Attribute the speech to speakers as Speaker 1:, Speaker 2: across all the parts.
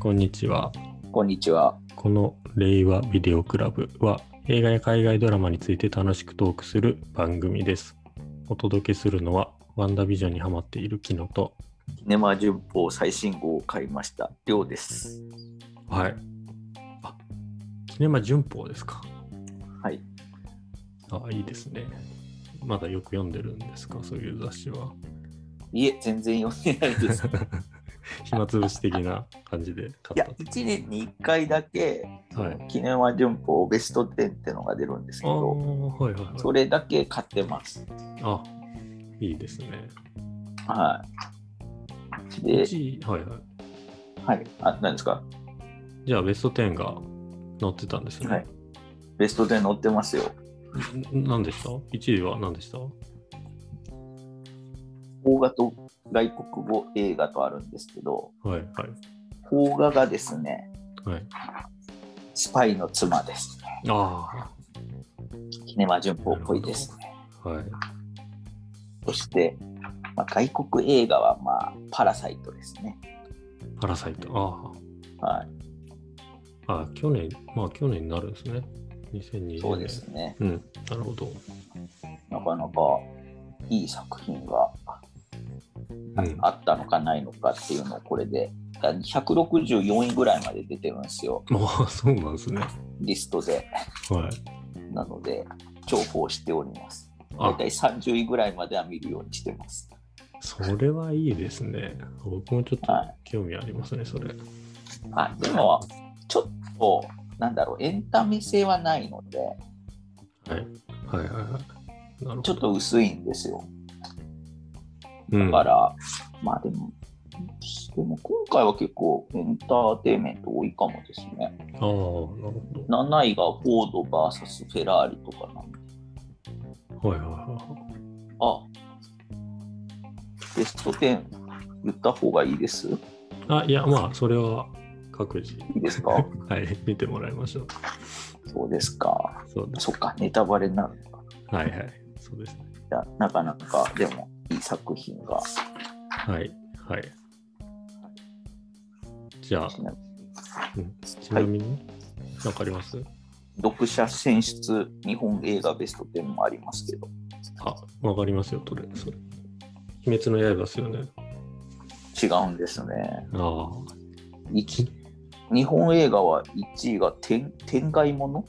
Speaker 1: こんにちは。
Speaker 2: こんにちは。
Speaker 1: この令和ビデオクラブは映画や海外ドラマについて楽しくトークする番組です。お届けするのはワンダービジョンにハマっているキノと、
Speaker 2: キネマ旬報最新号を買いました。りょうです。
Speaker 1: はい。あ、キネマ旬報ですか。
Speaker 2: はい。
Speaker 1: あ、いいですね。まだよく読んでるんですか、そういう雑誌は。
Speaker 2: いえ、全然読んでないです。い
Speaker 1: 暇つぶし的な感じで買
Speaker 2: や
Speaker 1: っ、
Speaker 2: 1年に1回だけ、
Speaker 1: た。はい。
Speaker 2: キネマ旬報ベスト10ってのが出るんですけ
Speaker 1: ああ、
Speaker 2: ど、
Speaker 1: はいはい、はい。
Speaker 2: それだけ買ってます。
Speaker 1: あ、いいですね。
Speaker 2: はい。で、
Speaker 1: 1位、はいはい。
Speaker 2: はい。あ、何ですか
Speaker 1: じゃあベスト10が載ってたんですね。
Speaker 2: はい。ベスト10載ってますよ。
Speaker 1: ん何でした ?1 位は何でした
Speaker 2: 邦画と外国語映画とあるんですけど、
Speaker 1: はいはい。
Speaker 2: 邦画がですね、
Speaker 1: はい、
Speaker 2: スパイの妻ですね。
Speaker 1: あ
Speaker 2: キネマ旬報っぽいですね。
Speaker 1: あ、はい。
Speaker 2: そして、まあ、外国映画は、まあ、パラサイトですね。
Speaker 1: パラサイト。あ
Speaker 2: は
Speaker 1: あ、ああ去年、まあ去年になるんですね。2020
Speaker 2: い、
Speaker 1: 年。
Speaker 2: そうです。ね。
Speaker 1: うん、なるほど。
Speaker 2: なかなかいい作品が
Speaker 1: うん、
Speaker 2: あったのかないのかっていうのをこれでだ164位ぐらいまで出てるんですよ、
Speaker 1: まあ、そうなんですね。は
Speaker 2: リストで。
Speaker 1: い。
Speaker 2: なので、重宝しております。大
Speaker 1: あ、
Speaker 2: 体30位ぐらいまでは見るようにしてます。
Speaker 1: それはいいですね。僕もちょっと
Speaker 2: はい
Speaker 1: 興味ありますね、それ。
Speaker 2: あでも、ちょっと、なんだろう、エンタメ性はないので、
Speaker 1: はい。はいはいはい。なるほど。
Speaker 2: ちょっと薄いんですよ。
Speaker 1: うん、
Speaker 2: だから、まあでも、でも今回は結構エンターテインメント多いかもですね。
Speaker 1: ああ、なるほ
Speaker 2: 7位がフォード VS フェラーリとかなんで、
Speaker 1: ど。はいはいはい。
Speaker 2: あベスト10言った方がいいです。い
Speaker 1: あ、いや、まあ、それは各自、
Speaker 2: いですか
Speaker 1: はい、見てもらいましょう。
Speaker 2: そうですか。
Speaker 1: そうです。
Speaker 2: そっか、ネタバレになるのか。
Speaker 1: はいはい。そうですね。
Speaker 2: いや、なかなか、でも、いい作品が。
Speaker 1: はいはい。じゃあ、
Speaker 2: ちなみに
Speaker 1: うんちなみに、なんかあります
Speaker 2: 読者選出日本映画ベスト10もありますけど、
Speaker 1: あ、わかりますよ、それ。それ。鬼滅の刃ですよね。
Speaker 2: 違うんですね。
Speaker 1: ああ。
Speaker 2: いき日本映画は1位が天天外物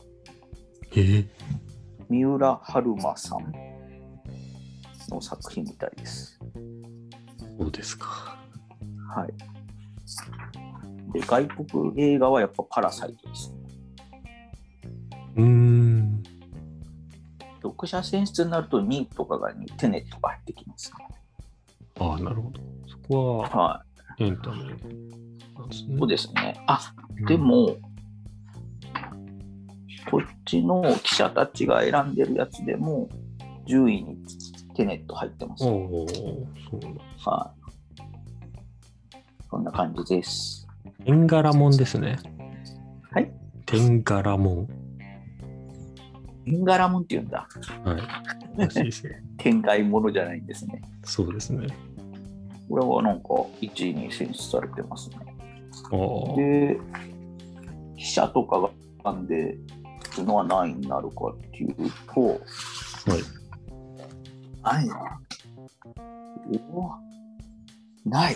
Speaker 1: えー、
Speaker 2: 三浦春馬さんの作品みたいです。
Speaker 1: そうですか。
Speaker 2: はい。で、外国映画はやっぱパラサイトです。
Speaker 1: うーん。
Speaker 2: 読者選出になると2位とかがにテネットが入ってきます、
Speaker 1: ああ、なるほど。そこは
Speaker 2: は
Speaker 1: エンタメなんです
Speaker 2: い。
Speaker 1: ね。。
Speaker 2: そうですすね。あ、で、も、こっちの記者たちが選んでるやつでも、10位にテネット入ってます。
Speaker 1: お
Speaker 2: はい。
Speaker 1: お、そうなんだ。
Speaker 2: そんな感じです。
Speaker 1: 天柄もんですね。
Speaker 2: はい。
Speaker 1: 天柄もん。
Speaker 2: テンガラモンって言うんだ。
Speaker 1: はい。らしいですね。
Speaker 2: 天外物じゃないんですね。
Speaker 1: そうですね。
Speaker 2: これはなんか1位に選出されてますね。
Speaker 1: ああ。
Speaker 2: で、記者とかがなんで、っていうのは何位になるかっていうと、
Speaker 1: はい。
Speaker 2: 何位なおおない。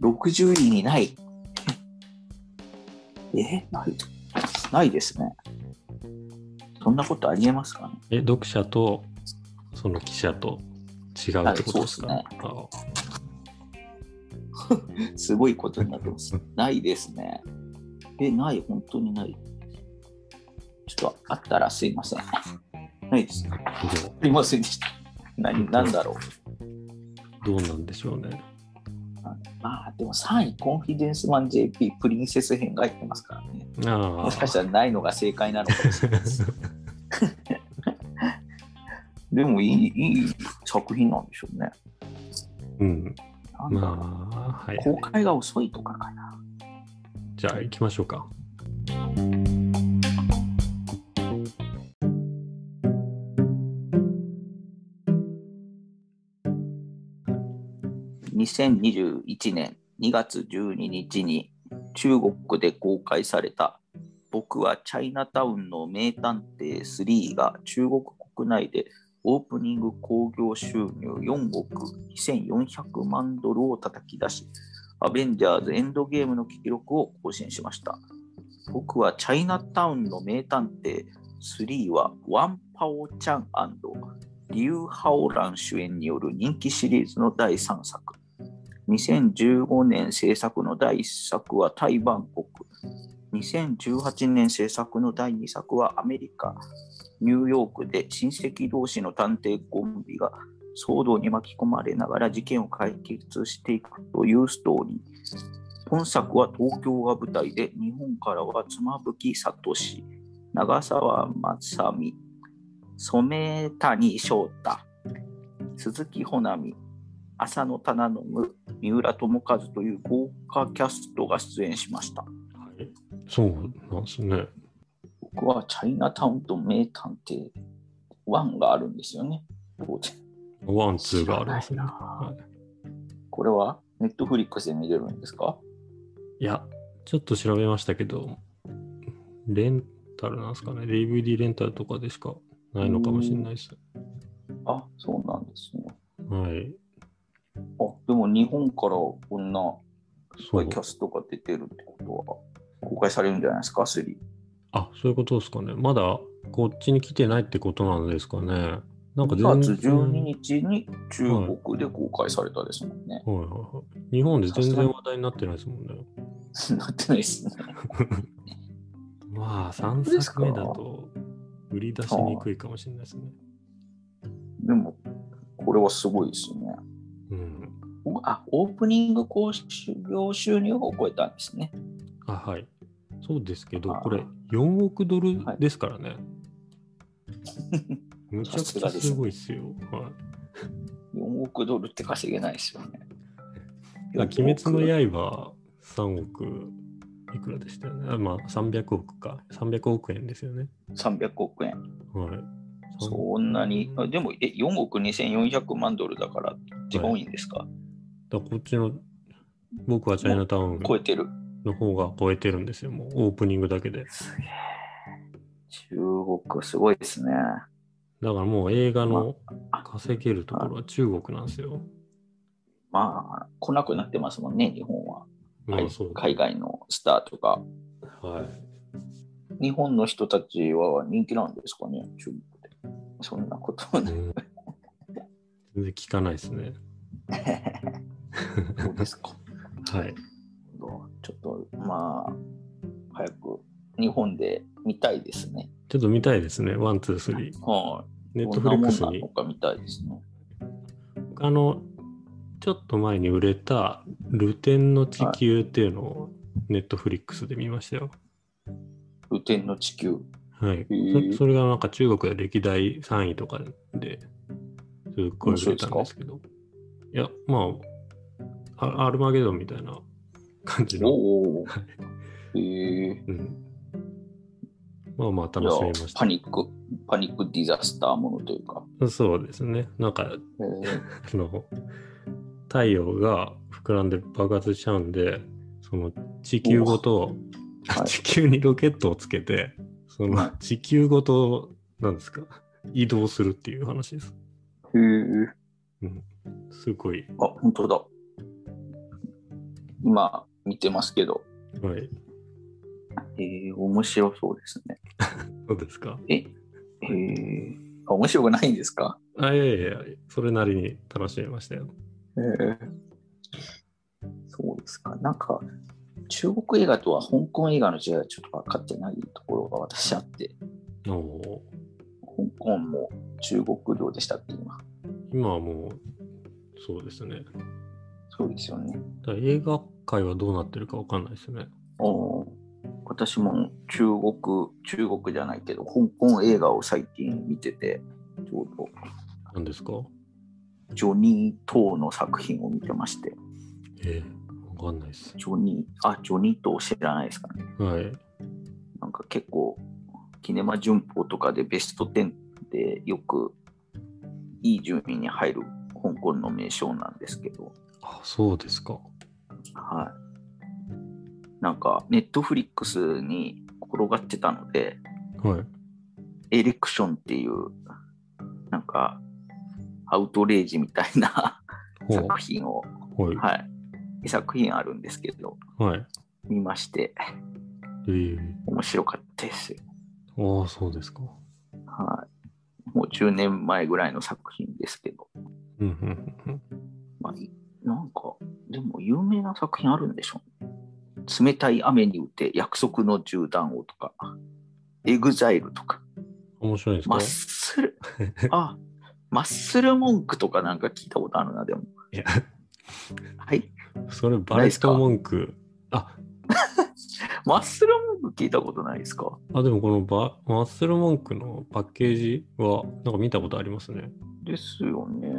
Speaker 2: 60位にない。えないないですね。そんなことありえますかね
Speaker 1: え、読者とその記者と違うってことですか、
Speaker 2: はい
Speaker 1: あ
Speaker 2: すごいことになってます。ないですね。え、ない、本当にない。ちょっとあったらすいません。ないです。あ
Speaker 1: あど
Speaker 2: りませんでした。何、なんだろう。
Speaker 1: うどうなんでしょうね。
Speaker 2: まあ、でも3位、コンフィデンスマン JP プリンセス編が入ってますからね。
Speaker 1: あ
Speaker 2: もしかしたらないのが正解なのかもしれな いです。でもいい、いい作品なんでしょうね。
Speaker 1: うん。
Speaker 2: なんだろう
Speaker 1: まあ、はい。
Speaker 2: 公開が遅いとかかな。
Speaker 1: じゃあ行きましょうか。
Speaker 2: 2021年2月12日に中国で公開された僕はチャイナタウンの名探偵3が中国国内でオープニング興行収入4億2400万ドルを叩き出し、アベンジャーズエンドゲームの記録を更新しました。僕はチャイナタウンの名探偵3はワンパオチャンリュウ・ハオラン主演による人気シリーズの第3作。2015年制作の第1作はタイ・バンコク。2018年制作の第2作はアメリカ・ニューヨークで親戚同士の探偵コンビが騒動に巻き込まれながら事件を解決していくというストーリー。本作は東京が舞台で日本からは妻夫木聡、長澤まさみ、染谷翔太、鈴木保奈美、浅野忠信、三浦友和という豪華キャストが出演しました。
Speaker 1: はい、そうなんですね。
Speaker 2: 僕はチャイナタウンと名探偵1があるんですよね。当然
Speaker 1: ワン、ツーがあるんですね。
Speaker 2: 知ら
Speaker 1: は
Speaker 2: ないな これはネットフリックスで見れるんですか
Speaker 1: いや、ちょっと調べましたけど、レンタルなんですかね。DVD レンタルとかでしかないのかもしれないです。
Speaker 2: あ、そうなんですね。
Speaker 1: はい。
Speaker 2: あ、でも日本からこんな
Speaker 1: そ
Speaker 2: キ
Speaker 1: う。
Speaker 2: ャストが出てるってことは公開されるんじゃないですか、3。
Speaker 1: あ、そういうことですかね。まだこっちに来てないってことなんですかね。なんか
Speaker 2: 2月
Speaker 1: 全然。
Speaker 2: 12日に中国で公開されたですも んね。
Speaker 1: はいはいはい。日本で全然話題になってないですもんね。
Speaker 2: なってないですね。
Speaker 1: まあ、
Speaker 2: 本当
Speaker 1: 3
Speaker 2: ですか
Speaker 1: 作目だと売り出しにくいかもしれないですね。
Speaker 2: でも、これはすごいですよね。
Speaker 1: うん。
Speaker 2: おあ、オープニング興行収入を超えたんですね。
Speaker 1: あ、はい。そうですけど、
Speaker 2: あー
Speaker 1: これ4億ドルですから ね。むちゃくちゃすごいですよ。はい
Speaker 2: 4億ドルって稼げないですよね。
Speaker 1: まあ、鬼滅の刃3億いくらでしたよね。あまあ、300億か。300億円ですよね。
Speaker 2: 300億円。
Speaker 1: はい。
Speaker 2: そんなに。あでも、え、4億2400万ドルだから、一番多いんですか、
Speaker 1: だからこっちの僕はチャイナタウン
Speaker 2: 超えてる。
Speaker 1: の方が超えてるんですよ。もうオープニングだけで。
Speaker 2: 中国、すごいですね。
Speaker 1: だからもう映画の稼げるところは中国なんですよ。
Speaker 2: まあ、来なくなってますもんね、日本は。
Speaker 1: ま
Speaker 2: はい
Speaker 1: あそう
Speaker 2: 海外のスターとか。
Speaker 1: はい。
Speaker 2: 日本の人たちは人気なんですかね、中国で。そんなことは
Speaker 1: う
Speaker 2: ね。
Speaker 1: ん全然聞かないですね。
Speaker 2: どうですか
Speaker 1: はい。
Speaker 2: ちょっとまあ早く日本で見たいですね。
Speaker 1: ちょっと見たいですね。ワン、ツー、スリー。
Speaker 2: はい。
Speaker 1: ネッ
Speaker 2: ど
Speaker 1: ト
Speaker 2: ん
Speaker 1: フリック
Speaker 2: なもん
Speaker 1: ス
Speaker 2: な
Speaker 1: に
Speaker 2: のか見たいですね。
Speaker 1: あの、ちょっと前に売れた、ルテンの地球っていうのを、ネットフリックスで見ましたよ。
Speaker 2: 雨天の地球。
Speaker 1: はい。
Speaker 2: ー
Speaker 1: そそれがなんか中国で歴代3位とかで、すっごい売れたんですけど。いや、まあ、あアルマゲドンみたいな感じの。
Speaker 2: お お
Speaker 1: は。
Speaker 2: えー、
Speaker 1: うん、まあまあ
Speaker 2: じゃ
Speaker 1: 楽しみま
Speaker 2: あ
Speaker 1: し
Speaker 2: パニック、パニックディザスターものというか。
Speaker 1: た。そうですね。なんか、
Speaker 2: え ー、
Speaker 1: あの、太陽が膨らんで爆発しちゃうんで、その地球ごと、
Speaker 2: おはい
Speaker 1: 地球にロケットをつけて、その
Speaker 2: は
Speaker 1: 地球ごと、なんですか、移動するっていう話です。
Speaker 2: えー、
Speaker 1: すごい。
Speaker 2: あ、本当だ。今見てますけど、
Speaker 1: はい。
Speaker 2: えー、面白そうですね。
Speaker 1: どうですか
Speaker 2: えー、あ面白くないんですか
Speaker 1: あ、いやいやいや、それなりに楽しみましたよ。
Speaker 2: えーそうですか。なんか、中国映画とは香港映画の違いはちょっと分かってないところが私あって、
Speaker 1: おお
Speaker 2: 香港も中国領でしたって今。
Speaker 1: 今はもう、そうですね。
Speaker 2: そうですよね。
Speaker 1: だから映画界はどうなってるかわかんないですね。
Speaker 2: おー私も中国、中国じゃないけど、香港映画を最近見てて、ちょう
Speaker 1: 何ですか
Speaker 2: どジョニー・トーの作品を見てまして、
Speaker 1: ええわかんないです。
Speaker 2: ジョニー、あ、ジョニー・トー知らないですかね。
Speaker 1: はい。
Speaker 2: なんか結構、キネマ旬報とかでベスト10でよくいい順位に入る香港の名称なんですけど、
Speaker 1: あ、そうですか。
Speaker 2: はい。なんか、ネットフリックスに転がってたので、
Speaker 1: はい。
Speaker 2: エレクションっていう、なんか、アウトレイジみたいな
Speaker 1: ほう
Speaker 2: 作品を、
Speaker 1: はい。
Speaker 2: はい。2作品あるんですけど、
Speaker 1: はい。
Speaker 2: 見まして、
Speaker 1: ええ
Speaker 2: 面白かったですよ。
Speaker 1: ああ、そうですか。
Speaker 2: はい。もう10年前ぐらいの作品ですけど、
Speaker 1: うんうんうん
Speaker 2: まあ、いなんか、でも有名な作品あるんでしょ冷たい雨に打て約束の銃弾をとか、エグザイルとか、
Speaker 1: うん。面白いです
Speaker 2: マ
Speaker 1: か
Speaker 2: ッスル、あ、マッスル文句とかなんか聞いたことあるな、でも。
Speaker 1: いや、
Speaker 2: はい。
Speaker 1: それバ
Speaker 2: な
Speaker 1: レ
Speaker 2: いで
Speaker 1: ッ
Speaker 2: すか
Speaker 1: ト文句。あ、
Speaker 2: マッスル文句聞いたことないですか
Speaker 1: あ、でもこのバマッスル文句のパッケージは、なんか見たことありますね。
Speaker 2: ですよね。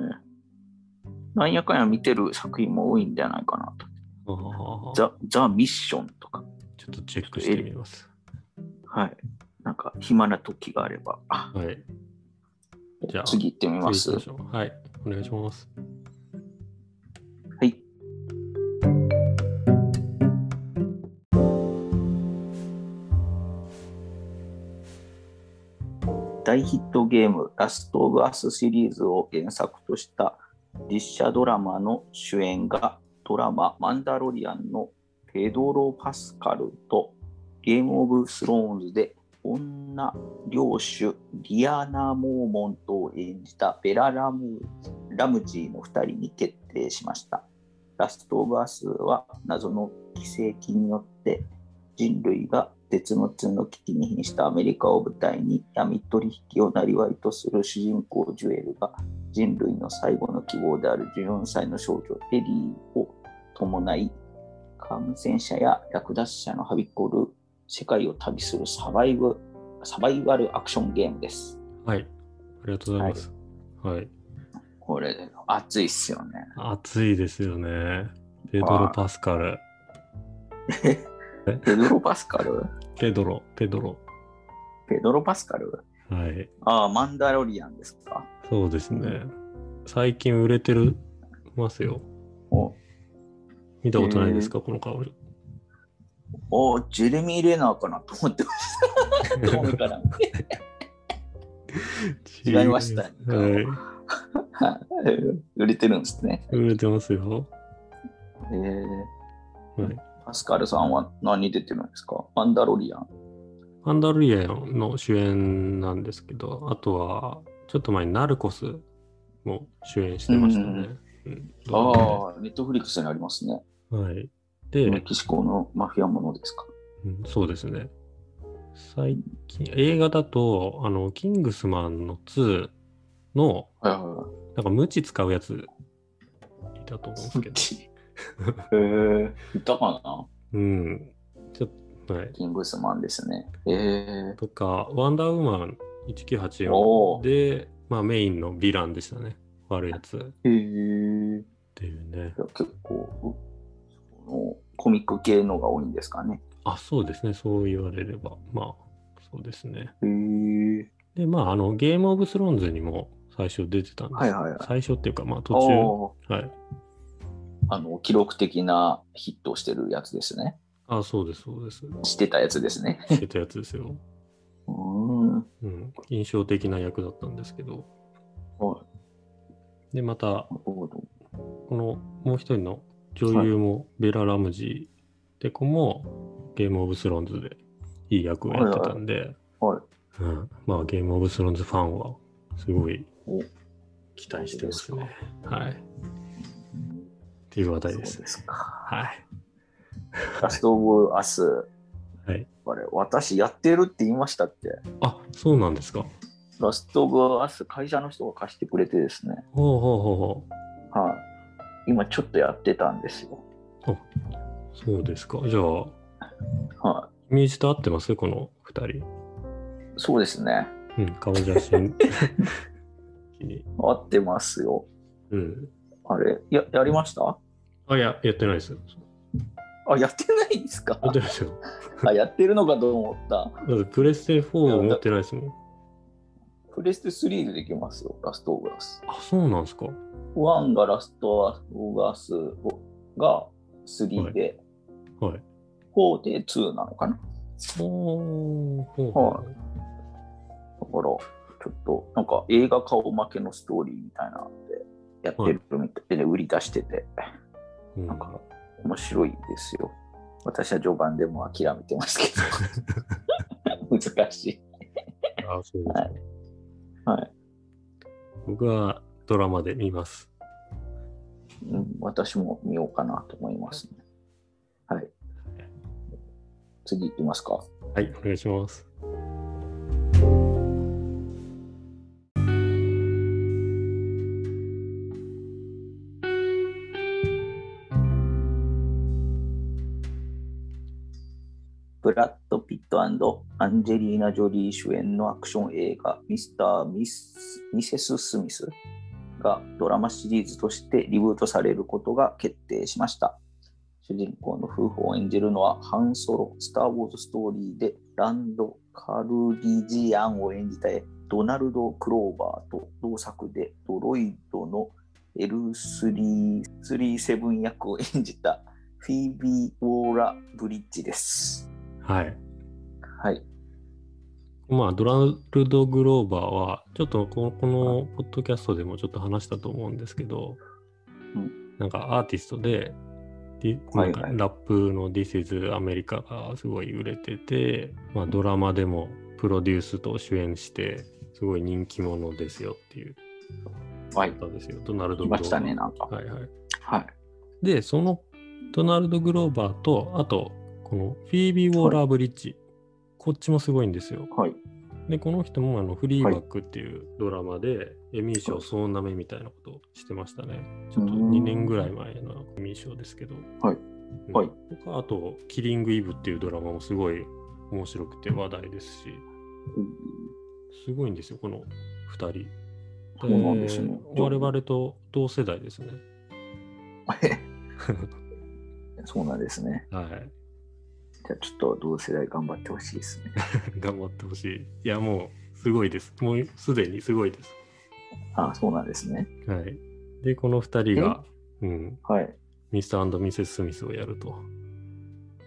Speaker 2: なんやかんや見てる作品も多いんじゃないかなと。
Speaker 1: ああ、ちょ
Speaker 2: ザ・ザ・ミッションとか、
Speaker 1: っとチェックしてみます。
Speaker 2: はい。なんか暇な時があれば。あ
Speaker 1: はい。じゃあ
Speaker 2: 次行ってみま
Speaker 1: 次
Speaker 2: す。
Speaker 1: 行きましょうはい。お願いします。
Speaker 2: はい。大ヒットゲーム「ラスト・オブ・アス」シリーズを原作とした実写ドラマの主演がドラマ「マンダロリアン」のペドロ・パスカルとゲーム・オブ・スローンズで女領主リアナ・モーモントを演じたベラ・ラムラムジーの2人に決定しました。ラスト・オブ・アスは謎の奇跡によって人類が絶滅の危機に瀕したアメリカを舞台に闇取引を生りとする主人公ジュエルが人類の最後の希望である14歳の少女エリーを伴い感染者や略奪者のはびこる世界を旅するサバイブサバイバルアクションゲームです。
Speaker 1: はい。ありがとうございます。はい。
Speaker 2: これ熱いっすよね。
Speaker 1: 暑いですよね。ペドロ・パスカル。
Speaker 2: ペドロ・パスカル
Speaker 1: ペドロ、ペドロ。
Speaker 2: ペドロ・パスカル
Speaker 1: はい。
Speaker 2: ああ、マンダロリアンですか。
Speaker 1: そうですね。最近売れてるますよ。
Speaker 2: お
Speaker 1: 見たことないですか、この香り。
Speaker 2: おジェレミー・レナーかなと思ってました。どう見たら 違いましたね
Speaker 1: は
Speaker 2: はい売れてるんですね。
Speaker 1: い。売れてますよ。
Speaker 2: えー
Speaker 1: はい。
Speaker 2: パスカルさんは何に出てるんですかマンダロリアン。
Speaker 1: アンダルイアンの主演なんですけど、あとは、ちょっと前にナルコスも主演してましたね。うん
Speaker 2: ああ、ネットフリックスにありますね。
Speaker 1: はい。で、
Speaker 2: メキシコのマフィアものですか。
Speaker 1: うんそうですね。最近、映画だと、あの、キングスマンの2の、
Speaker 2: はいはいはい。
Speaker 1: なんか、無知使うやつ、いたと思うんですけど、
Speaker 2: えー、いたかな
Speaker 1: うん。ちょっと、はい。
Speaker 2: キングスマンですね。えー、
Speaker 1: とか、ワンダーウーマン1984
Speaker 2: おー
Speaker 1: で、まあ、メインのヴィランでしたね。悪いやつっ
Speaker 2: えー、い
Speaker 1: ていうね。
Speaker 2: や結構そのコミック系のが多いんですかね。
Speaker 1: あ、そうですね。そう言われれば。まあ、そうですね。
Speaker 2: えー、
Speaker 1: で、まあ、あの、ゲームオブスローンズにも最初出てたんです
Speaker 2: はいはいはい。
Speaker 1: 最初っていうか、まあ、途中。
Speaker 2: おー
Speaker 1: はい。
Speaker 2: あの記録的なヒットをしてるやつですね。
Speaker 1: あ、そうです、そう です。
Speaker 2: してたやつですね。
Speaker 1: してたやつですよ。
Speaker 2: うーん。
Speaker 1: うん。印象的な役だったんですけど。
Speaker 2: はい。
Speaker 1: で、また、
Speaker 2: なるほど。
Speaker 1: このもう一人の女優もベラ・ラムジーで子もゲームオブスローンズでいい役をやってたんで、
Speaker 2: はい。
Speaker 1: うん、まあゲームオブスローンズファンはすごい
Speaker 2: お
Speaker 1: 期待してますね。はい。っていう話題です
Speaker 2: そう
Speaker 1: ね。
Speaker 2: ですか。
Speaker 1: はい。
Speaker 2: ラストオブアス。
Speaker 1: はい。
Speaker 2: あれ、私やってるって言いましたって。
Speaker 1: あ、そうなんですか。
Speaker 2: ラストオブアス、会社の人が貸してくれてですね。
Speaker 1: ほうほうほうほ
Speaker 2: はい。今ちょっとやってたんですよ。
Speaker 1: う。そうですか。じゃあ、
Speaker 2: は
Speaker 1: イメージと合ってますこの二人。
Speaker 2: い。そうですね。
Speaker 1: うん、顔写 真。気に
Speaker 2: 合ってますよ。
Speaker 1: うん。
Speaker 2: あれ、ややりました
Speaker 1: あ、いや、やってないです。
Speaker 2: あ、やってないんですか
Speaker 1: やってないですよ。
Speaker 2: あ、やってるのかと思っ
Speaker 1: だ
Speaker 2: た。
Speaker 1: ってプレステ4を持ってないですもん。
Speaker 2: プレステ3でできますよ、ラストオブアス。
Speaker 1: あ、そうなんですか。
Speaker 2: 1がラストオアスが3で、
Speaker 1: はい。
Speaker 2: 4で2なのかな。
Speaker 1: おー、ほう
Speaker 2: はいだから、ちょっと、なんか映画顔負けのストーリーみたいなので、やってるみたいで、売り出してて、
Speaker 1: うん
Speaker 2: なんか、面白いですよ。私は序盤でも諦めてますけ ど、難しい。
Speaker 1: あそうです
Speaker 2: はい。はい、
Speaker 1: 僕はドラマで見ます。
Speaker 2: うん私も見ようかなと思いますね。はい。次行きますか。
Speaker 1: はい、お願いします。
Speaker 2: ブラッド・ピットアンジェリーナ・ジョリー主演のアクション映画「ミスター・ミスミセス・スミス」がドラマシリーズとしてリブートされることが決定しました主人公の夫婦を演じるのはハン・ソロ「スター・ウォーズ・ストーリー」でランド・カルリジアンを演じたドナルド・クローバーと同作でドロイドの L337 役を演じたフィービー・ウォーラ・ブリッジです
Speaker 1: はい。
Speaker 2: はい。
Speaker 1: まあ、ドラルド・グローバーは、ちょっとここのポッドキャストでもちょっと話したと思うんですけど、
Speaker 2: うん
Speaker 1: なんかアーティストで、ディ
Speaker 2: はいは
Speaker 1: な
Speaker 2: い
Speaker 1: んかラップの This is America がすごい売れてて、まあ、ドラマでもプロデュースと主演して、すごい人気者ですよっていう
Speaker 2: はい。
Speaker 1: 方ですよ、ドナルド・
Speaker 2: 来
Speaker 1: グロ
Speaker 2: ま
Speaker 1: ーバー。
Speaker 2: したね、なんか。
Speaker 1: はいはい。
Speaker 2: はい。
Speaker 1: で、そのドナルド・グローバーと、あと、このフィービー・ウォーラー・ブリッジ、こっちもすごいんですよ。
Speaker 2: はい。
Speaker 1: で、この人もあのフリーバックっていうドラマで、エミー賞総なめみたいなことをしてましたね。ちょっと
Speaker 2: うん
Speaker 1: 2年ぐらい前のエミー賞ですけど。
Speaker 2: はい
Speaker 1: うん。
Speaker 2: はい
Speaker 1: とかあと、キリング・イブっていうドラマもすごい面白くて話題ですし、すごいんですよ、この2人。
Speaker 2: そうなんですね
Speaker 1: で我々と同世代ですね。
Speaker 2: そうなん ですね。
Speaker 1: はい。
Speaker 2: じゃあ、ちょっと同世代頑張ってほしいですね。
Speaker 1: 頑張ってほしい。いや、もうすごいです。もうすでにすごいです。
Speaker 2: あそうなんですね。
Speaker 1: はい。で、この二人が、うん、
Speaker 2: はい。
Speaker 1: ミスターミセス・スミスをやると。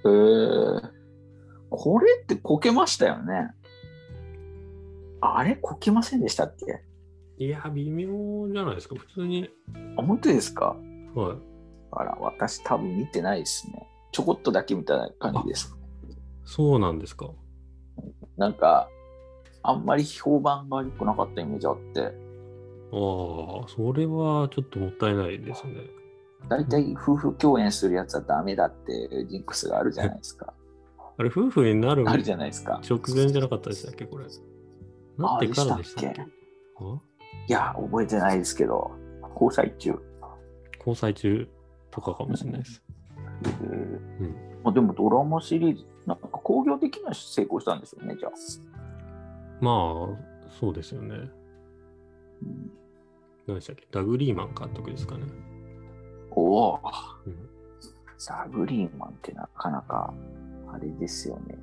Speaker 2: えー、これってこけましたよね。あれこけませんでしたっけ
Speaker 1: いや、微妙じゃないですか。普通に。
Speaker 2: あ、本当ですか
Speaker 1: はい。
Speaker 2: あら、私多分見てないですね。ちょこっとだけ見た感じです。
Speaker 1: そうなんですか。
Speaker 2: なんか、あんまり評判が良くなかったイメージあって。
Speaker 1: ああ、それはちょっともったいないですね。
Speaker 2: 大体夫婦共演するやつはダメだっていうジンクスがあるじゃないですか。
Speaker 1: あれ、夫婦になる
Speaker 2: ある
Speaker 1: 直
Speaker 2: じゃないですか。
Speaker 1: 前じゃなかったでしたっけ、これ。なってからでしたっけ
Speaker 2: あで
Speaker 1: あ
Speaker 2: いや、覚えてないですけど、交際中。
Speaker 1: 交際中とかかもしれないです。ん
Speaker 2: まあでもドラマシリーズ、なんか興行的には成功したんでしょうね、じゃあ。
Speaker 1: まあ、そうですよね。何でしたっけダグリーマン監督ですかね。
Speaker 2: おお、
Speaker 1: うん
Speaker 2: ザ・グリーンマンってなかなか、あれですよね。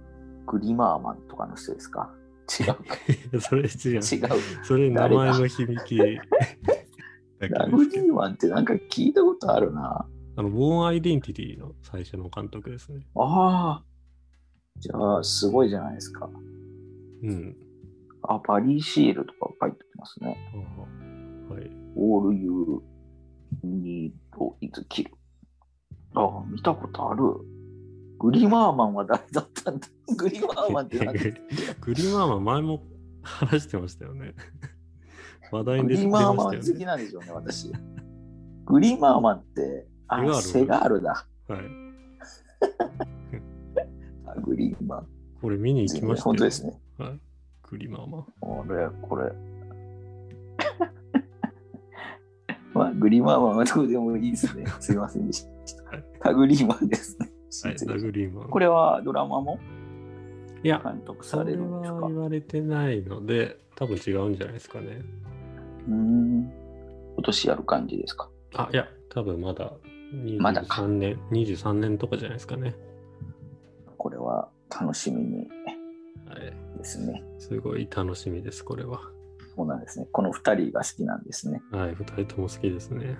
Speaker 2: グリマーマンとかの人ですか違うか。
Speaker 1: それ違う。
Speaker 2: 違う。
Speaker 1: それ名
Speaker 2: 誰だ
Speaker 1: 前の響きだけ
Speaker 2: ザ・
Speaker 1: で
Speaker 2: グ
Speaker 1: すけ
Speaker 2: リ
Speaker 1: ど
Speaker 2: ーンマンってなんか聞いたことあるな。
Speaker 1: あの、ボーンアイデンティティの最初の監督ですね。
Speaker 2: ああ。じゃあ、すごいじゃないですか。
Speaker 1: うん。
Speaker 2: あ、バリー・シールとか書いてますね。
Speaker 1: ああはい。
Speaker 2: All you need is kill. あ、見たことある。グリマーマンは誰だったんだグリマーマンって 何ですか
Speaker 1: グリマーマン前も話してましたよ ね。話題
Speaker 2: グ
Speaker 1: に出
Speaker 2: リ
Speaker 1: て
Speaker 2: マ
Speaker 1: ま
Speaker 2: ーマン
Speaker 1: したよ
Speaker 2: 好き
Speaker 1: ね。
Speaker 2: なんでしょうね、私。グリマーマンって、
Speaker 1: セ
Speaker 2: あ
Speaker 1: ガー、ル
Speaker 2: セガールだ。
Speaker 1: はい。
Speaker 2: あグリマーマ
Speaker 1: これ見に行きま
Speaker 2: ン。
Speaker 1: したよ。
Speaker 2: 本当ですね。
Speaker 1: はい。グリマーマン。
Speaker 2: これ、これ。まあ、グリマーマンはどうでもいいですね。すいませんでした
Speaker 1: はい。
Speaker 2: タグリーマンですね。
Speaker 1: はい、ダグリーマン。
Speaker 2: これはドラマも
Speaker 1: いや、
Speaker 2: 監督
Speaker 1: そ
Speaker 2: され
Speaker 1: れ
Speaker 2: るんです
Speaker 1: は
Speaker 2: か
Speaker 1: 言われてないので、多分違うんじゃないですかね。
Speaker 2: うーん今年やる感じですか。
Speaker 1: あ、いや、多分まだ
Speaker 2: まだか
Speaker 1: 23年、23年とかじゃないですかね。
Speaker 2: これは楽しみに
Speaker 1: はい。
Speaker 2: ですね。
Speaker 1: すごい楽しみです、これは。
Speaker 2: そうなんですね。この2人が好きなんですね。
Speaker 1: はい、二人とも好きですね。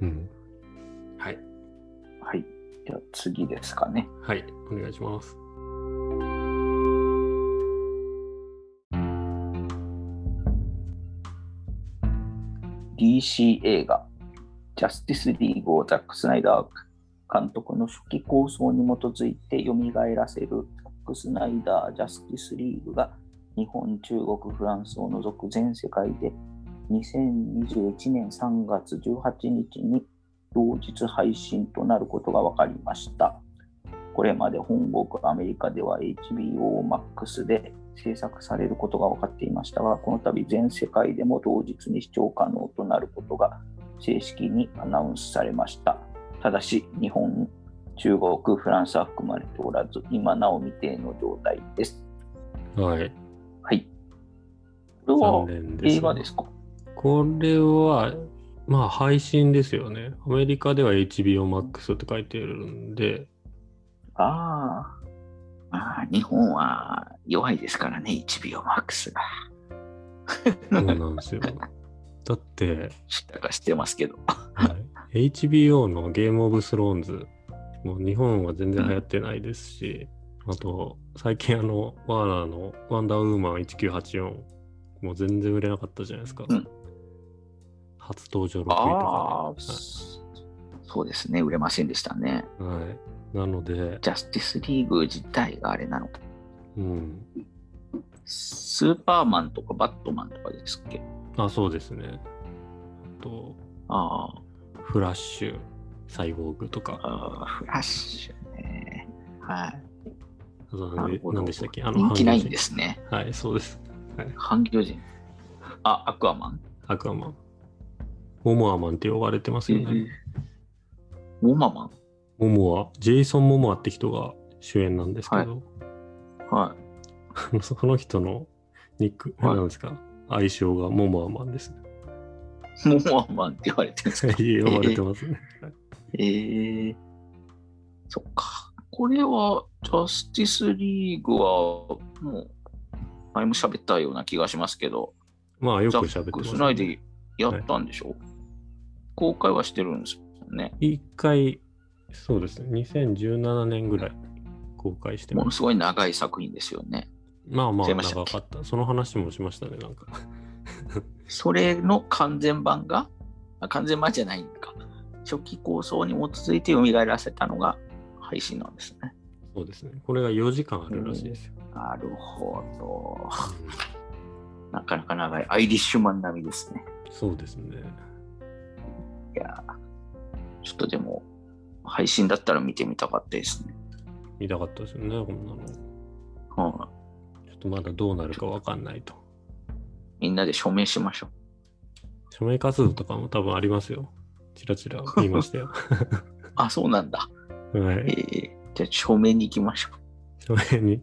Speaker 1: うん。はい。
Speaker 2: はい。じゃあ次ですかね。
Speaker 1: はい、お願いします。
Speaker 2: DC 映画、ジャスティスリーグをザック・スナイダー監督の初期構想に基づいて蘇らせるザック・スナイダー・ジャスティスリーグが日本、中国、フランスを除く全世界で2021年3月18日に同日配信となることが分かりました。これまで本国アメリカでは HBO Max で制作されることが分かっていましたが、この度全世界でも同日に視聴可能となることが正式にアナウンスされました。ただし、日本、中国、フランスは含まれておらず、今なお未定の状態です。
Speaker 1: はい。
Speaker 2: はい。これ
Speaker 1: 残
Speaker 2: は
Speaker 1: 念です、
Speaker 2: 映画ですか
Speaker 1: これは、まあ配信ですよね。アメリカでは HBO Max って書いてるん で、
Speaker 2: あーあー、日本は弱いですからね、HBO Max が。
Speaker 1: そうなんですよ。だって、
Speaker 2: 知ったかしてますけど。
Speaker 1: はい、HBO のゲームオブスローンズ、もう日本は全然流行ってないですし、あと、最近あの、ワーナーのワンダーウーマン1984、もう全然売れなかったじゃないですか。
Speaker 2: うん
Speaker 1: 初登場6位と
Speaker 2: ああ
Speaker 1: か、
Speaker 2: ー、そそうですね、売れませんでしたね。
Speaker 1: で。はい。なので、
Speaker 2: ジャスティスリーグ自体があれなのか。
Speaker 1: うん。
Speaker 2: スーパーマンとかバットマンとかですっけ
Speaker 1: あ、そうですね。あと、
Speaker 2: あー
Speaker 1: フラッシュ、サイボーグとか、
Speaker 2: あー、フラッシュね。はい。
Speaker 1: あと
Speaker 2: な
Speaker 1: 何
Speaker 2: る
Speaker 1: で
Speaker 2: ほど
Speaker 1: 何でしたっけあ。
Speaker 2: 人気ないんですすね。
Speaker 1: はい、そうです。
Speaker 2: 半魚人。あ、アクアマン。
Speaker 1: アクアマン。モモアマンって呼ばれてますよね。
Speaker 2: モママン。
Speaker 1: モモア、ジェイソン・モモアって人が主演なんですけど、
Speaker 2: は
Speaker 1: あ のその人のニック、
Speaker 2: はい
Speaker 1: なんですか、愛称がモモアマン です。
Speaker 2: い。モモアマンって言われてるんですか
Speaker 1: 呼ばれてますね。
Speaker 2: えー、そっか。これは、ジャスティスリーグは、もう、前も喋ったような気がしますけど、
Speaker 1: まあよく
Speaker 2: ザ
Speaker 1: 喋っ
Speaker 2: ッ
Speaker 1: てま
Speaker 2: ク
Speaker 1: す、
Speaker 2: スナイでやったんでしょ、公開はしてるんですよね。
Speaker 1: 一回、そうですね、2017年ぐらい公開して
Speaker 2: も
Speaker 1: ま
Speaker 2: の
Speaker 1: す。
Speaker 2: すごい長い作品ですよね。
Speaker 1: まあまあ
Speaker 2: すいませ
Speaker 1: 長
Speaker 2: ん
Speaker 1: かった。その話もしましたね、なんか。
Speaker 2: それの完全版が、あ完全版じゃないのか。初期構想に基づいて蘇らせたのが配信なんですね。
Speaker 1: そうですね。これが4時間あるらしいですよ。
Speaker 2: なるほど。なかなか長い。アイリッシュマン並みですね。
Speaker 1: うんそうですね。
Speaker 2: いやーちょっとでも、配信だったら見てみたかったですね。
Speaker 1: 見たかったですよね、こんなの。ち
Speaker 2: うん、
Speaker 1: ょっとまだどうなるかわかんないと。
Speaker 2: みんなで署名しましょ
Speaker 1: 署名活動とかも多分ありますよ。ちらちら言いました よ。
Speaker 2: う。あ、そうなんだ。
Speaker 1: は
Speaker 2: え
Speaker 1: い。
Speaker 2: ー、じゃあ署名に行きましょ
Speaker 1: 署名に、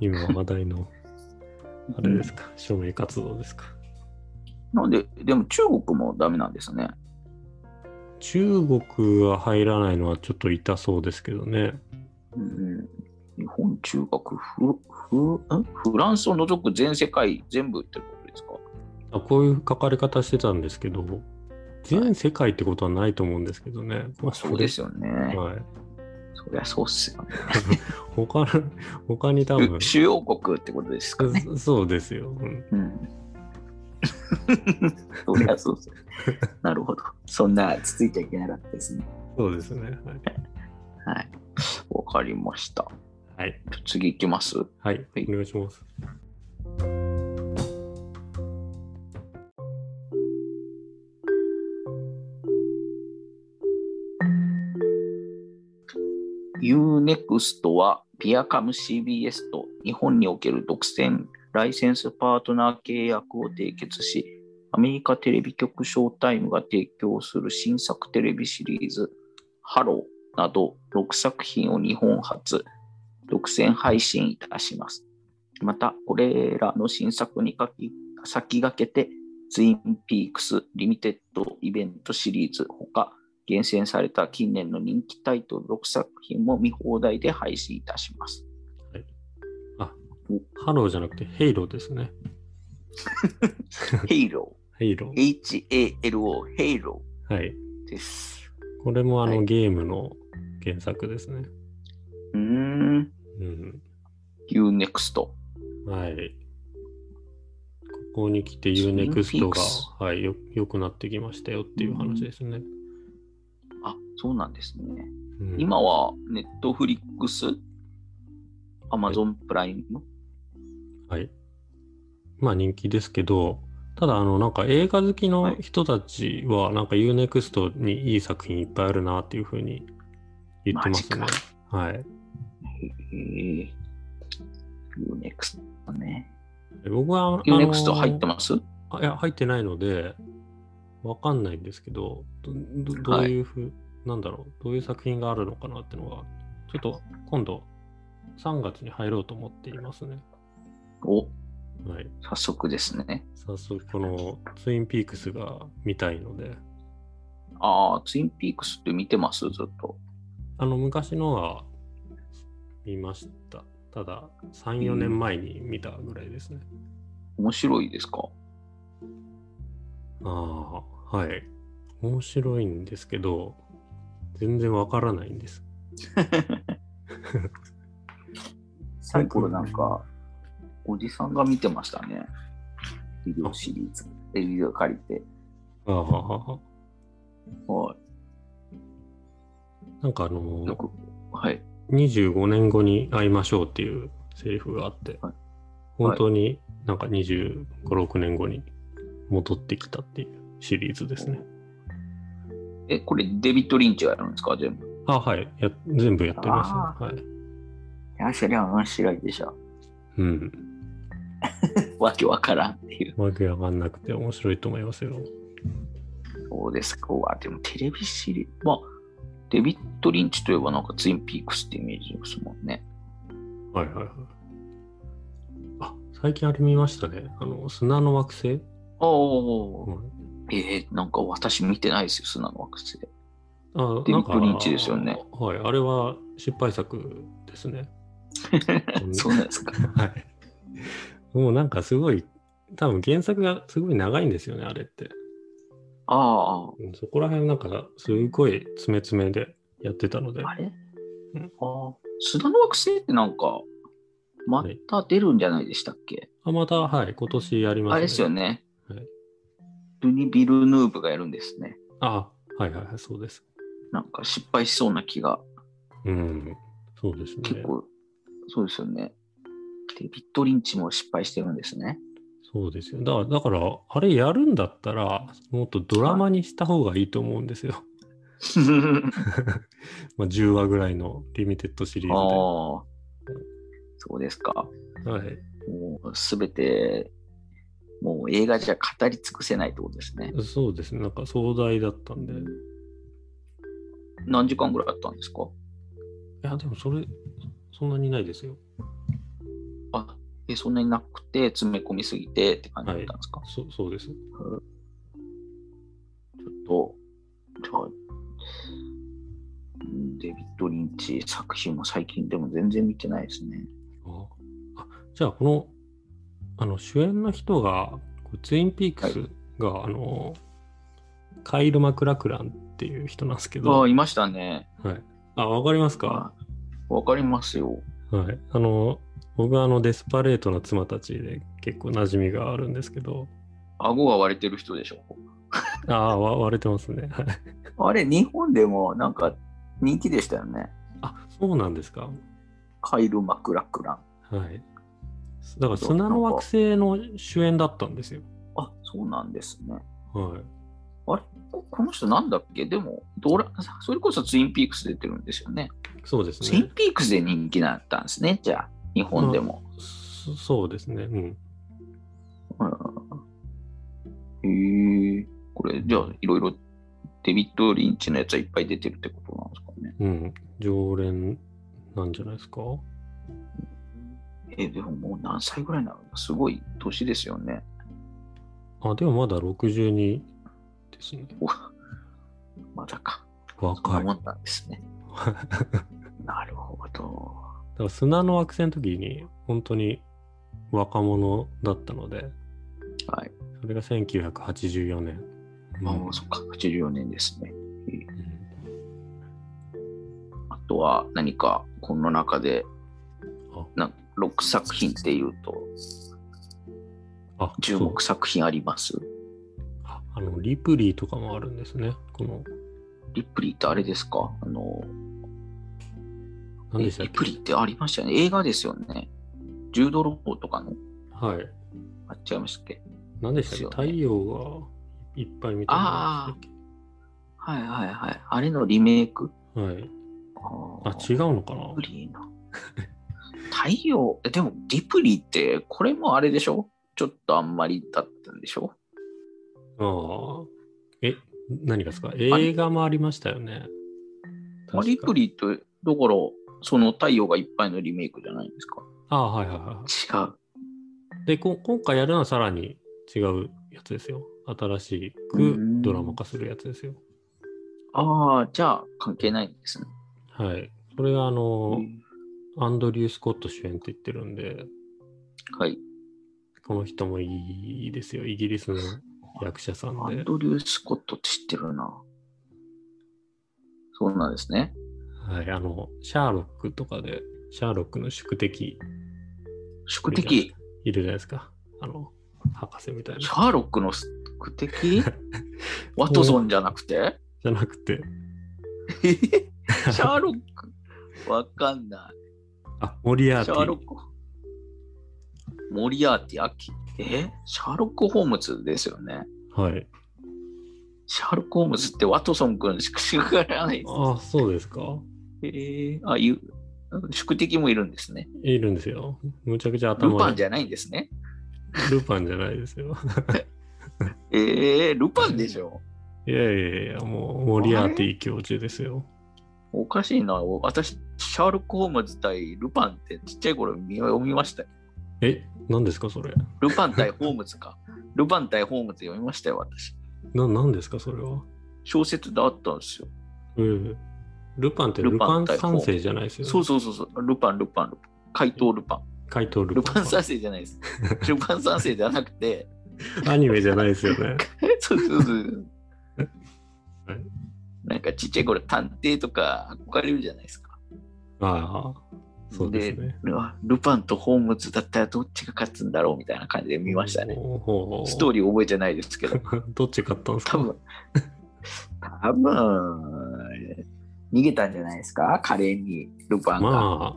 Speaker 1: 今話題の、
Speaker 2: う。
Speaker 1: あれですか、署名活動ですか。
Speaker 2: うんなんで、でも中国もダメなんですね。
Speaker 1: 中国が入らないのはちょっと痛そうですけどね。
Speaker 2: うん、日本、中国フフん、フランスを除く全世界全部ってことですか
Speaker 1: あこういう書かれ方してたんですけど、全世界ってことはないと思うんですけどね。まあ、
Speaker 2: そうですよね。
Speaker 1: はい。
Speaker 2: そりゃそうっすよね。
Speaker 1: 他の、他に多 分、
Speaker 2: 主要国ってことですかね。
Speaker 1: そそうですよ。うん
Speaker 2: うん。 そりゃそうっすよね。なるほど。そんなつついちゃいけなかったですね。
Speaker 1: そうですね。はい
Speaker 2: はい。わかりました。
Speaker 1: はい。
Speaker 2: 次行きます。
Speaker 1: はい。
Speaker 2: はい
Speaker 1: お願いします。
Speaker 2: UNEXT はピアカム CBS と日本における独占ライセンスパートナー契約を締結し、アメリカテレビ局ショータイムが提供する新作テレビシリーズ、ハローなど6作品を日本初独占配信いたします。また、これらの新作にかき先駆けて、ツインピークスリミテッドイベントシリーズほか、厳選された近年の人気タイトル6作品も見放題で配信 いたします。
Speaker 1: ハローじゃなくて、ヘイローですね。
Speaker 2: ヘイロ
Speaker 1: ヘイロ
Speaker 2: ー。H-A-L-O、ヘイロ
Speaker 1: ー。はい。
Speaker 2: ーです。
Speaker 1: これもあの、
Speaker 2: はい
Speaker 1: ゲームの原作ですね。
Speaker 2: うーん。
Speaker 1: うん。
Speaker 2: UNEXT。
Speaker 1: はい。ここに来て
Speaker 2: スリムフィ
Speaker 1: UNEXT
Speaker 2: ックス
Speaker 1: が、はい、よ良くなってきましたよっていう話ですね。
Speaker 2: あ、そうなんですね。
Speaker 1: うん
Speaker 2: 今は Netflix、Amazon プライム。
Speaker 1: はい。まあ人気ですけど、ただあのなんか映画好きの人たちはなんか UNEXT にいい作品いっぱいあるなっていうふうに言ってますね
Speaker 2: マジ。
Speaker 1: はい。
Speaker 2: へえ。UNEXT ね。
Speaker 1: 僕は
Speaker 2: UNEXT 入って
Speaker 1: ま
Speaker 2: ます
Speaker 1: すいや、入ってないので、わかんないんですけど、どどどういうふう、なんだろう、どういう作品があるのかなってのが、ちょっと今度3月に入ろうと思っていますね。
Speaker 2: お、
Speaker 1: はい。
Speaker 2: 早速ですね。
Speaker 1: 早速このツインピークスが見たいので、
Speaker 2: ああ、ツインピークスって見てますずっと。
Speaker 1: あの昔のは見ました。ただ、3、4
Speaker 2: うん
Speaker 1: 年前に見たぐらいですね。
Speaker 2: 面白いですか
Speaker 1: ああ、はい。面白いんですけど、全然わからないんです。
Speaker 2: サイコロなんか、おじさんが見てましたね。ビデオシリーズ。で、ビデオ借りて。
Speaker 1: ああ、
Speaker 2: は
Speaker 1: なんかあ
Speaker 2: い。よ
Speaker 1: の、
Speaker 2: く。はい。
Speaker 1: 25年後に会いましょうっていうセリフがあって
Speaker 2: はい、
Speaker 1: 本当になんか25、6年後に戻ってきたっていうシリーズですね。
Speaker 2: え、これデビッド・リンチがやるんですか全部。
Speaker 1: あはいや。全部やってま
Speaker 2: あ
Speaker 1: すね。はい。
Speaker 2: いや、それは面白いでしょ。
Speaker 1: うん。
Speaker 2: わけわからんっていう。
Speaker 1: わけわかんなくて面白いと思いますよ。
Speaker 2: そうですか。うわでもテレビシリーズ。まあ、デビッド・リンチといえばなんかツインピークスってイメージですもんね。
Speaker 1: はいはいはい。あ最近あれ見ましたね。あの砂の惑星、
Speaker 2: お
Speaker 1: う
Speaker 2: ー。
Speaker 1: ん
Speaker 2: えー、なんか私見てないですよ、砂の惑星。
Speaker 1: あ
Speaker 2: デビッドリンチですよね。
Speaker 1: はい、あれは失敗作ですね。うん
Speaker 2: そうなんですか。
Speaker 1: はい。もうなんかすごい、多分原作がすごい長いんですよね、あれって。
Speaker 2: あ
Speaker 1: うんそこら辺なんかすごい詰め詰めでやってたので
Speaker 2: あ、。あれ、
Speaker 1: うん
Speaker 2: ああ、砂の惑星ってなんか、また出るんじゃないでしたっけ、
Speaker 1: あまた、はい、今年やります
Speaker 2: あれですよ。ね。
Speaker 1: はい
Speaker 2: ルニ・ビルヌーブがやるんですね。
Speaker 1: あ、はいはいはい、そうです。
Speaker 2: なんか失敗しそうな気が
Speaker 1: うん、そうですね。
Speaker 2: 結構、そうですよね。デビッド・リンチも失敗してるんですね。
Speaker 1: そうですよ。だから、だからあれやるんだったら、もっとドラマにした方がいいと思うんですよ。 まあ10話ぐらいのリミテッドシリ
Speaker 2: ああ
Speaker 1: ー、
Speaker 2: そうですか。
Speaker 1: ズで。はい。
Speaker 2: もうすべて、もう映画じゃ語り尽くせないってことですね。
Speaker 1: そうですね。なんか壮大だったんで。い
Speaker 2: 何時間ぐらいあったんですか
Speaker 1: や、でもそれ、そんなにないですよ。
Speaker 2: あえそんなになくて、詰め込みすぎてって感じだったんですか、
Speaker 1: そそうです。
Speaker 2: ちょっと、じゃあうん、デビッド・リンチ作品も最近でも全然見てないですね。
Speaker 1: ああじゃあ、この、あの、主演の人が、こうツインピークスが、あの、カイル・マクラクランっていう人なんですけど、
Speaker 2: ああ、
Speaker 1: はい。
Speaker 2: いましたね。
Speaker 1: あ、わかりますか、
Speaker 2: あわかりますよ。
Speaker 1: はい。あの、僕はあの、デスパレートな妻たちで結構馴染みがあるんですけど、
Speaker 2: 顎が割れてる人でしょ。
Speaker 1: ああ、わ割れてますね。はい。
Speaker 2: あれ、日本でもなんか人気でしたよね。
Speaker 1: あ、そうなんですか。
Speaker 2: カイル・マクラクラン。
Speaker 1: はい。だから、砂の惑星の主演だったんですよ。
Speaker 2: あ、そうなんですね。
Speaker 1: はい。
Speaker 2: ここの人なんだっけでもドラ、それこそツインピークス出てるんですよね。
Speaker 1: そうです
Speaker 2: ツイン
Speaker 1: ね。
Speaker 2: ピークスで人気だったんですね。じゃあ、日本でも。
Speaker 1: そそうですね。うん。
Speaker 2: へえ、これ、じゃあ、いろいろデビッド・リンチのやつはいっぱい出てるってことなんですか
Speaker 1: う
Speaker 2: ね。
Speaker 1: ん。常連なんじゃないですか。
Speaker 2: え、でももう何歳ぐらいなのすごい年ですよね。
Speaker 1: あ、でもまだ62ですね。
Speaker 2: まだか。そん
Speaker 1: 若。
Speaker 2: ないも
Speaker 1: だ
Speaker 2: んなんですね。
Speaker 1: か
Speaker 2: なるほど。
Speaker 1: ら、砂の惑星の時に、本当に若者だったので、それが1984年。
Speaker 2: まあ、もうそっか、84年ですね。あとは何か、この中で
Speaker 1: あ、
Speaker 2: な6作品っていうと、
Speaker 1: あ、
Speaker 2: 注
Speaker 1: そう
Speaker 2: 目作品あります。
Speaker 1: ああの、リプリーとかもあるんですね。この、
Speaker 2: リプリーってあれですかあの、
Speaker 1: 何でしたっ
Speaker 2: リプ
Speaker 1: け
Speaker 2: リーってありましたよね。映画ですよね。ジュード・ロボとかの
Speaker 1: はい。
Speaker 2: あっちゃいましたっけ
Speaker 1: 何でしたっけ
Speaker 2: ですよね
Speaker 1: 太陽がいっぱい見たいなのでしたっ
Speaker 2: はいはいはい。あれのリメイク
Speaker 1: けはい。
Speaker 2: あ
Speaker 1: あ、
Speaker 2: ー
Speaker 1: 違うのかな
Speaker 2: リプリーな。 太陽、えでもリプリーって、これもあれでしょちょっとあんまりだったんでしょ
Speaker 1: ああ。え、何がですか映画もありましたよね。
Speaker 2: まあ、リプ
Speaker 1: ー。
Speaker 2: リーと、だから、その太陽がいっぱいのリメイクじゃないんですか
Speaker 1: ああ、はいはいは
Speaker 2: 違う。
Speaker 1: い。で、こ今回やるのはさらに違うやつですよ。新し
Speaker 2: う
Speaker 1: く
Speaker 2: ん
Speaker 1: ドラマ化するやつですよ。
Speaker 2: ああ、じゃあ関係ないんですね。
Speaker 1: はい。それがあの、アンドリュー・スコット主演って言ってるんで、
Speaker 2: はい。
Speaker 1: この人もいいですよ。イギリスの役者さ
Speaker 2: ア
Speaker 1: ん
Speaker 2: ン
Speaker 1: で。
Speaker 2: ドリュー・スコットって知ってるな。そうなんですね。
Speaker 1: はい。あの、シャーロックとかで、シャーロックの宿敵
Speaker 2: 宿敵。
Speaker 1: いるじゃないですか。あの、博士みたいな。
Speaker 2: シ
Speaker 1: じ
Speaker 2: ャーロックの宿 敵ワトソンじゃなくて
Speaker 1: ゃなくて、
Speaker 2: えへへシャーロックわかんな
Speaker 1: あ、モリア
Speaker 2: い。
Speaker 1: ー
Speaker 2: シ
Speaker 1: テ
Speaker 2: ャーロッ
Speaker 1: ィ。
Speaker 2: ク。モリアーティ・アキ。えシャーロック・ホームズですよね。
Speaker 1: はい。
Speaker 2: シャーロック・ホームズってワトソン君しか知らないです。
Speaker 1: ああ、そうですか。
Speaker 2: えー、あ、いう、宿敵もいるんですね。
Speaker 1: いるんですよ。むちゃくちゃ頭
Speaker 2: ルパン
Speaker 1: いい
Speaker 2: じゃないんですね。
Speaker 1: ルパンじゃないですよ。
Speaker 2: えー、ルパンでしょ。
Speaker 1: いやいやいや、もう、モリアーティ教授ですよ。
Speaker 2: おかしいな。私、シャーロック・ホームズ対ルパンってちっちゃい頃見読みましたよ。
Speaker 1: え、何ですか、それ。
Speaker 2: ルパン対ホーム ズか。ルパン対ホームズ読みましたよ、私。
Speaker 1: な、何ですか、それは。
Speaker 2: 小説であったんですよ。
Speaker 1: うん。ルパンってル
Speaker 2: ル
Speaker 1: パ
Speaker 2: パ
Speaker 1: ン
Speaker 2: ン対
Speaker 1: 三世じゃないですよね。
Speaker 2: そうそうそうそう。ルパン、ルパン、ルパン。怪盗ルパン。
Speaker 1: 怪盗ル
Speaker 2: ル
Speaker 1: パ
Speaker 2: パ
Speaker 1: ン
Speaker 2: ン。三世じゃないです。ルパン三世じゃなく て、
Speaker 1: アニメじゃないですよ ね。
Speaker 2: そうそうそう
Speaker 1: はい。
Speaker 2: なんかちっちゃい頃探偵とか憧れるじゃないですか。
Speaker 1: ああ、そうですね。
Speaker 2: うわルパンとホームズだったらどっちが勝つんだろうみたいな感じで見ましたね。
Speaker 1: ほうほう
Speaker 2: ストーリー覚えてないですけど、
Speaker 1: どっち買ったんです
Speaker 2: 多
Speaker 1: か
Speaker 2: 分多分逃げたんじゃないですか、華麗にルパンが。
Speaker 1: まあ、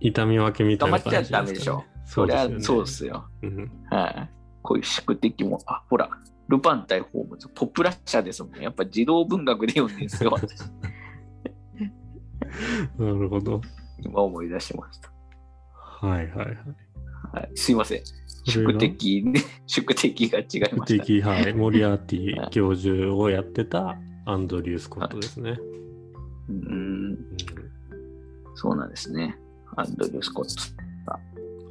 Speaker 1: 痛み分けみたいな感じ
Speaker 2: 黙っちゃダメでしょ
Speaker 1: そ
Speaker 2: そうり
Speaker 1: です
Speaker 2: ゃ
Speaker 1: よね。
Speaker 2: そうですよ。
Speaker 1: うん
Speaker 2: はい、こういう宿敵も、あほら、ルパン対ホームズ、ポップラッシャーですもん。やっぱ児童文学で読んでるん ですよ、私
Speaker 1: なるほど。
Speaker 2: 今思い出しました。
Speaker 1: はいはいはい。
Speaker 2: はい、すいません、
Speaker 1: それが
Speaker 2: 宿敵、ね、宿敵が違いました、ね。
Speaker 1: 敵、はい、モリアーティ教授をやってたアンドリュー・スコットですね。
Speaker 2: うんそうなんですね。アンドリュー・スコットが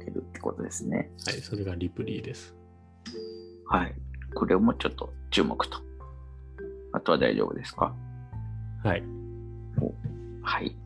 Speaker 2: 出るってことですね。
Speaker 1: はい、それがリプリーです。
Speaker 2: はい。これもちょっと注目と。あとは大丈夫ですか
Speaker 1: はい。
Speaker 2: はい。